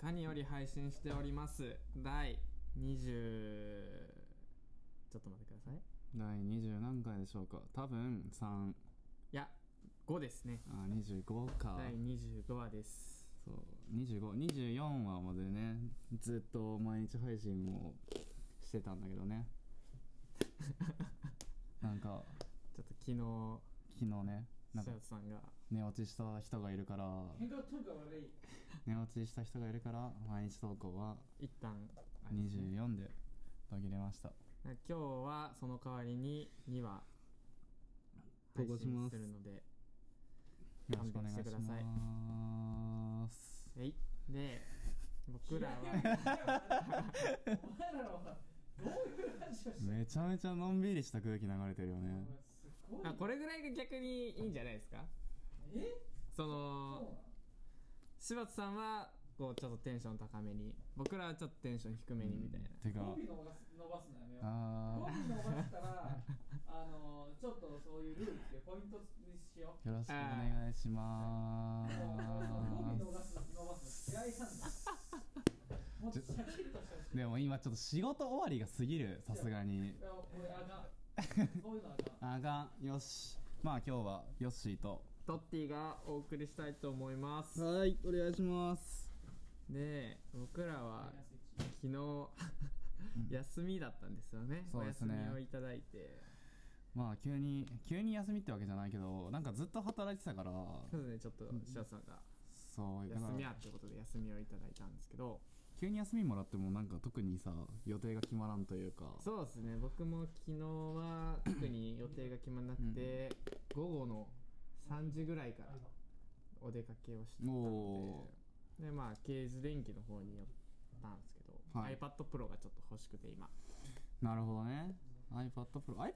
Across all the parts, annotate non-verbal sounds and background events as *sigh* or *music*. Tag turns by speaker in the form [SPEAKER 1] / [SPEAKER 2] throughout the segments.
[SPEAKER 1] カニより配信しております第20ちょっと待ってくださいい
[SPEAKER 2] 第20何回でしょうか多分3
[SPEAKER 1] や5ですね
[SPEAKER 2] あ25か
[SPEAKER 1] 第25話です
[SPEAKER 2] そう2524話までねずっと毎日配信をしてたんだけ
[SPEAKER 1] *laughs*
[SPEAKER 2] どねなんか
[SPEAKER 1] ちょっと昨日
[SPEAKER 2] 昨日ねなん
[SPEAKER 1] シャ
[SPEAKER 2] か
[SPEAKER 1] ウトさんが
[SPEAKER 2] 寝落ちした人がいるから寝落ちした人がいるから毎日投稿は
[SPEAKER 1] 一旦あれですね
[SPEAKER 2] 24で途切れました
[SPEAKER 1] なんか今日はその代わりに2話
[SPEAKER 2] 投
[SPEAKER 1] 配
[SPEAKER 2] 稿しま
[SPEAKER 1] 信
[SPEAKER 2] す
[SPEAKER 1] するので
[SPEAKER 2] よろしくお願
[SPEAKER 1] 勘弁
[SPEAKER 2] いし
[SPEAKER 1] してください
[SPEAKER 2] ます
[SPEAKER 1] えいで僕らは
[SPEAKER 3] お前らはどういうラジオしてる
[SPEAKER 2] めちゃめちゃのんびりした空気流れてるよね
[SPEAKER 3] のすごい
[SPEAKER 1] あこれぐらいが逆にいいんじゃないですか
[SPEAKER 3] え
[SPEAKER 1] そ
[SPEAKER 3] そう
[SPEAKER 1] の柴田さんはこうちょっとテンション高めに僕らはちょっとテンション低めにみたいな、
[SPEAKER 2] て
[SPEAKER 3] なの
[SPEAKER 2] か
[SPEAKER 3] 語尾伸ばす伸ばすのやめよう語尾
[SPEAKER 2] あ
[SPEAKER 3] 伸ばしたらあのちょっとそういうルールってポイントにしよ
[SPEAKER 2] ーよろしくお願いしま
[SPEAKER 3] うもう語尾伸ば
[SPEAKER 2] ー
[SPEAKER 3] す伸ばすの嫌いなんだよもっとシャキッとしてほし
[SPEAKER 2] すでも今ちょっと仕事終わりが過ぎるさすがに
[SPEAKER 3] いいやこれあかんそういうのあかん
[SPEAKER 2] あがんよしまあ今日はヨッシーと
[SPEAKER 1] トッティがお送りしたいと思います、
[SPEAKER 2] はいお願いします
[SPEAKER 1] で僕ら
[SPEAKER 3] マ
[SPEAKER 1] は
[SPEAKER 3] イナス一
[SPEAKER 1] 昨日 *laughs* 休みだったんですよね
[SPEAKER 2] そうですね
[SPEAKER 1] お休みをいただいて
[SPEAKER 2] まあ急に急に休みってわけじゃないけどなんかずっと働いてたから
[SPEAKER 1] そうですねちょっと柴田さんが
[SPEAKER 2] そうだか
[SPEAKER 1] 休みや
[SPEAKER 2] ら
[SPEAKER 1] ってことで休みをいただいたんですけど
[SPEAKER 2] 急に休みもらってもなんか特にさ予定が決まらんというか
[SPEAKER 1] そうですね僕も昨日は特に予定が決まらなくて、午後の3時ぐらいからお出かけをしてた
[SPEAKER 2] お
[SPEAKER 1] のででまあケーズ電機の方に寄ったんですけど、
[SPEAKER 2] はい
[SPEAKER 1] iPad Pro がちょっと欲しくて今
[SPEAKER 2] なるほどね iPad Pro iPad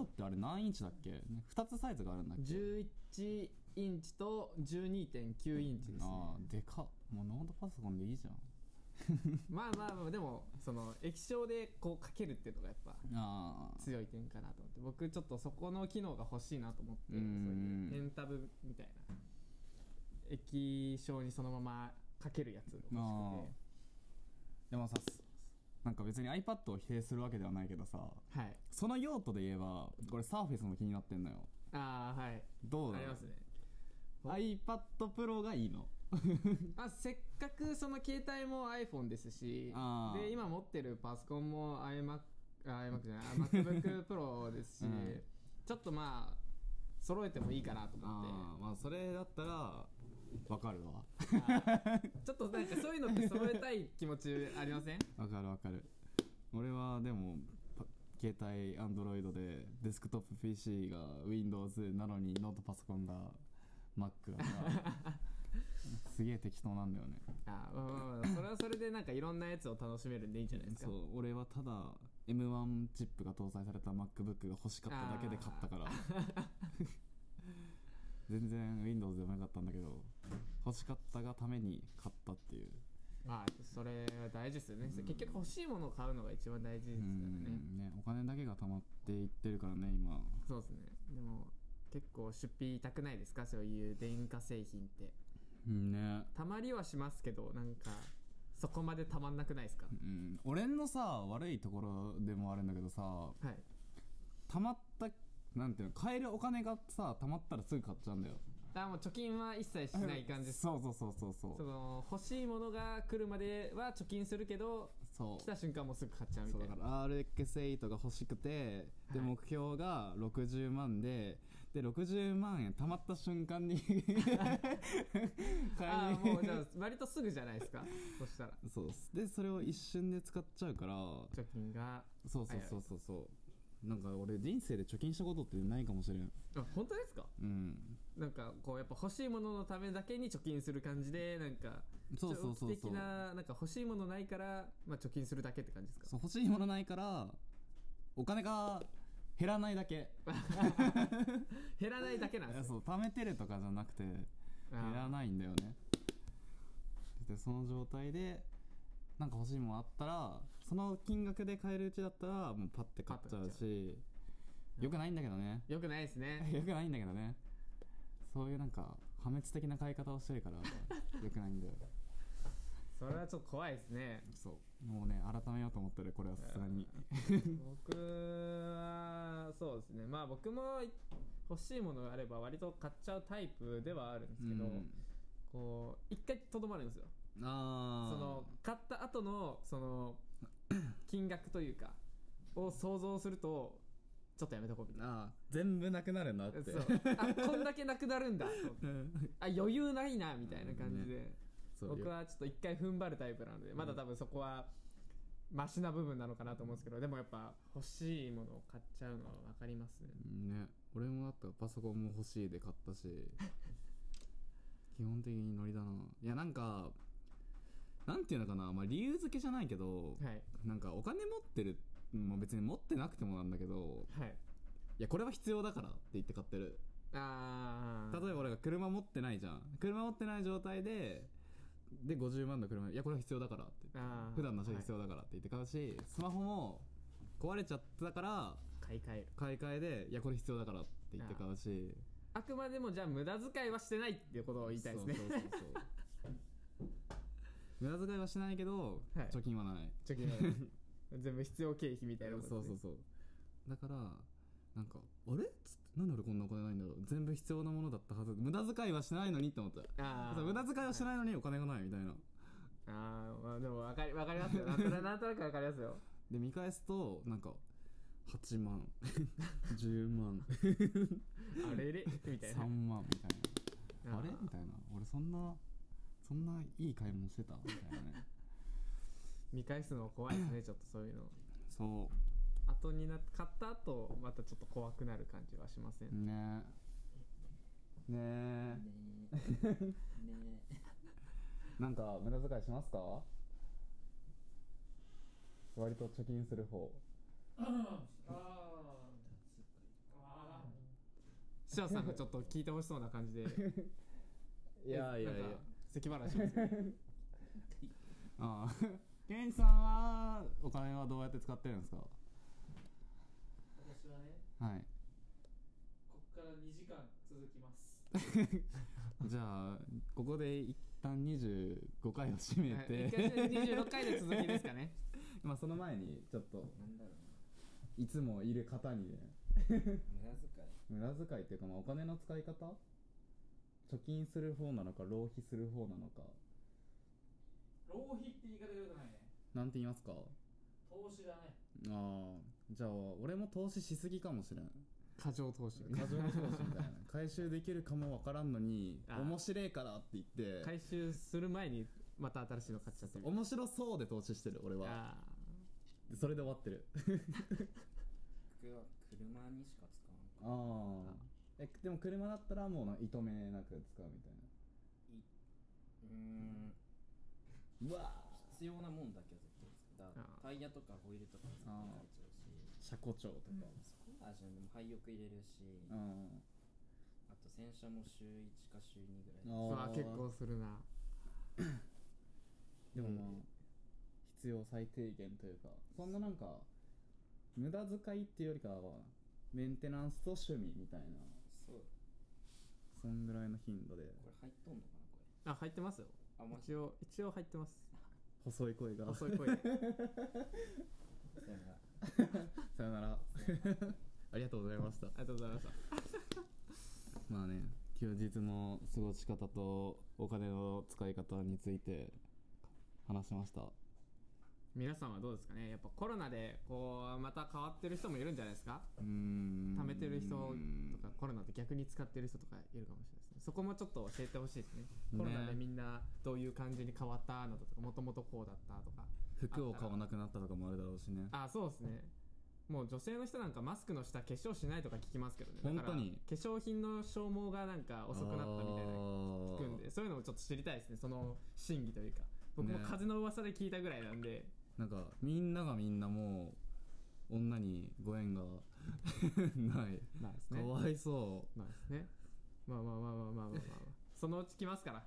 [SPEAKER 2] Pro ってあれ何インチだっけ2つサイズがあるんだっけ
[SPEAKER 1] 11インチと12.9インチです
[SPEAKER 2] あ
[SPEAKER 1] ね
[SPEAKER 2] あでかっもうノートパソコンでいいじゃん
[SPEAKER 1] まあまあまあでもその液晶でこうかけるっていうのがやっぱ
[SPEAKER 2] ああ
[SPEAKER 1] 強い点かなと思って僕ちょっとそこの機能が欲しいなと思ってそう
[SPEAKER 2] う
[SPEAKER 1] い
[SPEAKER 2] ん
[SPEAKER 1] うエンタブみたいな液晶にそのままかけるやつが欲しく
[SPEAKER 2] あでもさすなんか別に iPad を否定するわけではないけどさ
[SPEAKER 1] てはい
[SPEAKER 2] その用途で言えばこれ Surface も気になってんのよ
[SPEAKER 1] ああはい
[SPEAKER 2] どう
[SPEAKER 1] あ
[SPEAKER 2] だ
[SPEAKER 1] り
[SPEAKER 2] ろう
[SPEAKER 1] ますね
[SPEAKER 2] iPad Pro がいいの
[SPEAKER 1] あせっかくその携帯も iPhone ですし
[SPEAKER 2] あー
[SPEAKER 1] で今持ってるパソコンも iMac, あ iMac じゃない
[SPEAKER 2] *laughs*
[SPEAKER 1] MacBook Pro ですし、
[SPEAKER 2] うん
[SPEAKER 1] ちょっとまあ揃えてもいいかなと思
[SPEAKER 2] ああまあそれだったらわかるわ
[SPEAKER 1] ってちょっとなんかそういうのって揃えたい気持ちありません
[SPEAKER 2] わかるわかる俺はでもパ携帯 Android でデスクトップ PC が Windows なのにノートパソコンが Mac だから
[SPEAKER 1] *laughs*
[SPEAKER 2] すげえ適当なんだよね
[SPEAKER 1] あーまあまあまあそれはそれでなんかいろんなやつを楽しめるんでいいんじゃない
[SPEAKER 2] *laughs*
[SPEAKER 1] ですか
[SPEAKER 2] そう俺はただ M1 チップが搭載された MacBook が欲しかっただけで買ったから
[SPEAKER 1] *laughs*
[SPEAKER 2] 全然 Windows でもよかったんだけど欲しかったがために買ったっていう
[SPEAKER 1] まあそれは大事ですよね、結局欲しいものを買うのが一番大事です
[SPEAKER 2] う
[SPEAKER 1] からね
[SPEAKER 2] んねお金だけが貯まっていってるからね今
[SPEAKER 1] そうですねでも結構出費痛くないですかそういう電化製品って
[SPEAKER 2] うんね
[SPEAKER 1] たまりはしますけどなんかそこまでたまんなくないですか、
[SPEAKER 2] うん、俺のさ悪いところでもあるんだけどさ
[SPEAKER 1] はい
[SPEAKER 2] たまったなんていうの買えるお金がさたまったらすぐ買っちゃうんだよ
[SPEAKER 1] あもう貯金は一切しない感じです
[SPEAKER 2] そうそうそうそうそ
[SPEAKER 1] そうの欲しいものが来るまでは貯金するけど
[SPEAKER 2] そう
[SPEAKER 1] 来た瞬間もうすぐ買っちゃうみ
[SPEAKER 2] そう
[SPEAKER 1] た
[SPEAKER 2] だ
[SPEAKER 1] い
[SPEAKER 2] か
[SPEAKER 1] な
[SPEAKER 2] ら RX8 が欲しくてで目標が60万でで60万円たまった瞬
[SPEAKER 1] *laughs*
[SPEAKER 2] 間に買いに
[SPEAKER 1] ああーもうじゃあ割とすぐじゃないですかそしたら
[SPEAKER 2] そうでそれを一瞬で使っちゃうから
[SPEAKER 1] 貯金が
[SPEAKER 2] そうそうそうそうそうなんか俺人生で貯金したことってないかもしれん
[SPEAKER 1] あ本当ですか
[SPEAKER 2] うん
[SPEAKER 1] なんかこうやっぱ欲しいもののためだけに貯金する感じでなんか
[SPEAKER 2] そうそうそうそう
[SPEAKER 1] 長期的ななんか欲しいものないから、まあ、貯金するだけって感じですか
[SPEAKER 2] そう欲しいものないからお金が減らないだけ
[SPEAKER 1] 減らないだけなん
[SPEAKER 2] い
[SPEAKER 1] で
[SPEAKER 2] や
[SPEAKER 1] すね
[SPEAKER 2] そう貯めてるとかじゃなくて減
[SPEAKER 1] あー
[SPEAKER 2] らないんだよねでその状態でなんか欲しいもんあったらその金額で買えるうちだったらもうパッて買っちゃうしよくないんだけどね *laughs*
[SPEAKER 1] よくないですね
[SPEAKER 2] よくないんだけどね *laughs* そういうなんか破滅的な買い方をしてるからよくないんだよ
[SPEAKER 1] それはちょっと怖いですね
[SPEAKER 2] そうもうね改めようと思ったらこれはさすがに
[SPEAKER 1] 僕はそうですねまあ僕も欲しいものがあれば割と買っちゃうタイプではあるんですけど、
[SPEAKER 2] うん
[SPEAKER 1] こう一回とどまるんですよ
[SPEAKER 2] あ
[SPEAKER 1] そ
[SPEAKER 2] あ
[SPEAKER 1] の買った後のそ
[SPEAKER 2] *coughs*
[SPEAKER 1] の金額というかを想像するとちょっとやめとこうみたいな
[SPEAKER 2] ああ全部なくなるなって
[SPEAKER 1] そうあこんだけなくなるんだと思って
[SPEAKER 2] うん
[SPEAKER 1] あ余裕ないなみたいな感じで、
[SPEAKER 2] *laughs* *laughs* そう
[SPEAKER 1] 僕はちょっと一回踏ん張るタイプなのでまだ多分そこはマシな部分なのかなと思うんですけどでもやっぱ欲しいものを買っちゃうのは分かりますね
[SPEAKER 2] ね俺もだったらパソコンも欲しいで買っ
[SPEAKER 1] *laughs*
[SPEAKER 2] たし基本的にノリだないやなんかなんていうのかな、まあ、理由付けじゃないけど
[SPEAKER 1] はい
[SPEAKER 2] なんかお金持ってるまあ別に持ってなくてもなんだけど
[SPEAKER 1] はい
[SPEAKER 2] いやこれは必要だからって言って買ってる
[SPEAKER 1] あ
[SPEAKER 2] 例えば俺が車持ってないじゃん車持ってない状態でで50万の車いやこれは必要だからって言って
[SPEAKER 1] あー
[SPEAKER 2] 普段の車必要だからって言って買うし、スマホも壊れちゃったから
[SPEAKER 1] 買い替える
[SPEAKER 2] 買い替えでいやこれ必要だからって言って買うし
[SPEAKER 1] あくまでもじゃあ無駄遣いはしてないっていうことを言いたいですね
[SPEAKER 2] そうそうそうそう無駄遣いはしないけど、
[SPEAKER 1] はい
[SPEAKER 2] 貯金はない
[SPEAKER 1] 貯金は *laughs* 全部必要経費みたいなこと
[SPEAKER 2] そう
[SPEAKER 1] です
[SPEAKER 2] そ
[SPEAKER 1] ね
[SPEAKER 2] うそうだからなんかあれつってなんで俺こんなお金ないんだろう全部必要なものだったはず無駄遣いはしないのにって思った
[SPEAKER 1] あ
[SPEAKER 2] そう無駄遣いはし
[SPEAKER 1] い
[SPEAKER 2] ないのにお金がないみたいな
[SPEAKER 1] あー、まあ、でも分かり分かりますよなんとななんとなく分かりますよ
[SPEAKER 2] で見返すとなんか8万 *laughs* 10万
[SPEAKER 1] あれれみたいな
[SPEAKER 2] 3万みたいなあれ
[SPEAKER 1] ー
[SPEAKER 2] みたいな俺そんなそんないい買い物してたみたいなね
[SPEAKER 1] 見返すの怖い *laughs* ですねちょっとそういうの
[SPEAKER 2] そ
[SPEAKER 1] 後になっ買った後またちょっと怖くなる感じはしません、
[SPEAKER 2] うねね
[SPEAKER 3] ねえ
[SPEAKER 2] *laughs* なんか無駄遣いしますか割と貯金する方
[SPEAKER 3] あああ
[SPEAKER 1] シアさんがちょっと聞いてほしそうな感じで
[SPEAKER 2] いやいやいや
[SPEAKER 1] なんか咳払いしますね
[SPEAKER 2] ああ *laughs* ケンジさんはお金はどうやって使ってるんですか
[SPEAKER 3] 私はね
[SPEAKER 2] はい
[SPEAKER 3] ここから2時間続きます
[SPEAKER 2] じゃあここで一旦25回を締めて、
[SPEAKER 1] はい一回目26回で続きですかね
[SPEAKER 2] まあその前にちょっと
[SPEAKER 4] なんだろう
[SPEAKER 2] いつもいる方にね
[SPEAKER 4] な無駄遣い
[SPEAKER 2] 無駄遣いっていうかまあお金の使い方貯金する方なのか浪費する方なのか
[SPEAKER 3] 浪費って言い方がよくないね
[SPEAKER 2] なんて言いますか
[SPEAKER 3] 投資だね
[SPEAKER 2] ああじゃあ俺も投資しすぎかもしれん
[SPEAKER 1] *laughs* 過剰投資
[SPEAKER 2] 過剰な投資みたいな回収できるかもわからんのに
[SPEAKER 1] あー
[SPEAKER 2] 面白いからって言って
[SPEAKER 1] 回収する前にまた新しいの買っちゃってみる
[SPEAKER 2] 面白そうで投資してる俺は
[SPEAKER 1] あ
[SPEAKER 2] でそれで終わってる
[SPEAKER 4] 僕は車にしか使わない
[SPEAKER 2] ああえでも車だったらもうな糸目なく使うみたいう
[SPEAKER 4] ーん
[SPEAKER 2] なうわ
[SPEAKER 4] 必要なもんだけは絶対使うだ
[SPEAKER 1] あー
[SPEAKER 4] タイヤとかホイールとか絶対変えちゃうし
[SPEAKER 2] 車庫帳とか
[SPEAKER 4] そこはじゃんでも廃屋入れるし
[SPEAKER 2] うん
[SPEAKER 4] あと洗車も週1か週2ぐらい
[SPEAKER 2] あ
[SPEAKER 1] ー
[SPEAKER 2] ー
[SPEAKER 1] まあ結構するな
[SPEAKER 2] でもまあ、必要最低限というかそんななんか無駄遣いっていうよりかはメンテナンスと趣味みたいな
[SPEAKER 4] そう
[SPEAKER 2] そんぐらいの頻度で
[SPEAKER 4] これ入っとんのかなこれ
[SPEAKER 1] あ入ってますよ
[SPEAKER 4] あまじ
[SPEAKER 1] 一応一応入ってます
[SPEAKER 2] 細い声が
[SPEAKER 1] 細い声で
[SPEAKER 4] そうやな
[SPEAKER 2] さよなら *laughs* ありがとうございました
[SPEAKER 1] ありがとうございました
[SPEAKER 2] まあね休日の過ごし方とお金の使い方について話しました
[SPEAKER 1] 皆さんはどうですかねやっぱコロナでこうまた変わってる人もいるんじゃないですか
[SPEAKER 2] うーん
[SPEAKER 1] 貯めてる人とかコロナで逆に使ってる人とかいるかもしれないですねそこもちょっと教えてほしいですねコロナでみんなどういう感じに変わったのとかもともとこうだったとか
[SPEAKER 2] 服を買わなくなったとかもあるだろうしね
[SPEAKER 1] あそうですねもう女性の人なんかマスクの下化粧しないとか聞きますけどねだから
[SPEAKER 2] 本当に
[SPEAKER 1] 化粧品の消耗がなんか遅くなったみたいな聞くんでそういうのもちょっと知りたいですねその真偽というか僕も
[SPEAKER 2] ね
[SPEAKER 1] 風の噂で聞いたぐらいなんで、
[SPEAKER 2] なんかみんながみんなもう女にご縁が *laughs* ない
[SPEAKER 1] ないです
[SPEAKER 2] か
[SPEAKER 1] ね
[SPEAKER 2] わいそ
[SPEAKER 1] まあですね。まあまあまあまあまあまあまあ、まあ、そのうち来ます *laughs* から。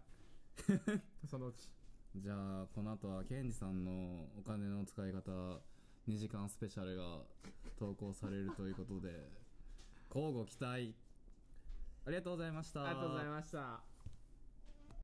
[SPEAKER 1] そのうち。
[SPEAKER 2] うじゃあこの後はケンジさんのお金の使い方2時間スペシャルが投稿されるということで交互期待ありがとうございました
[SPEAKER 1] ありがとうございました。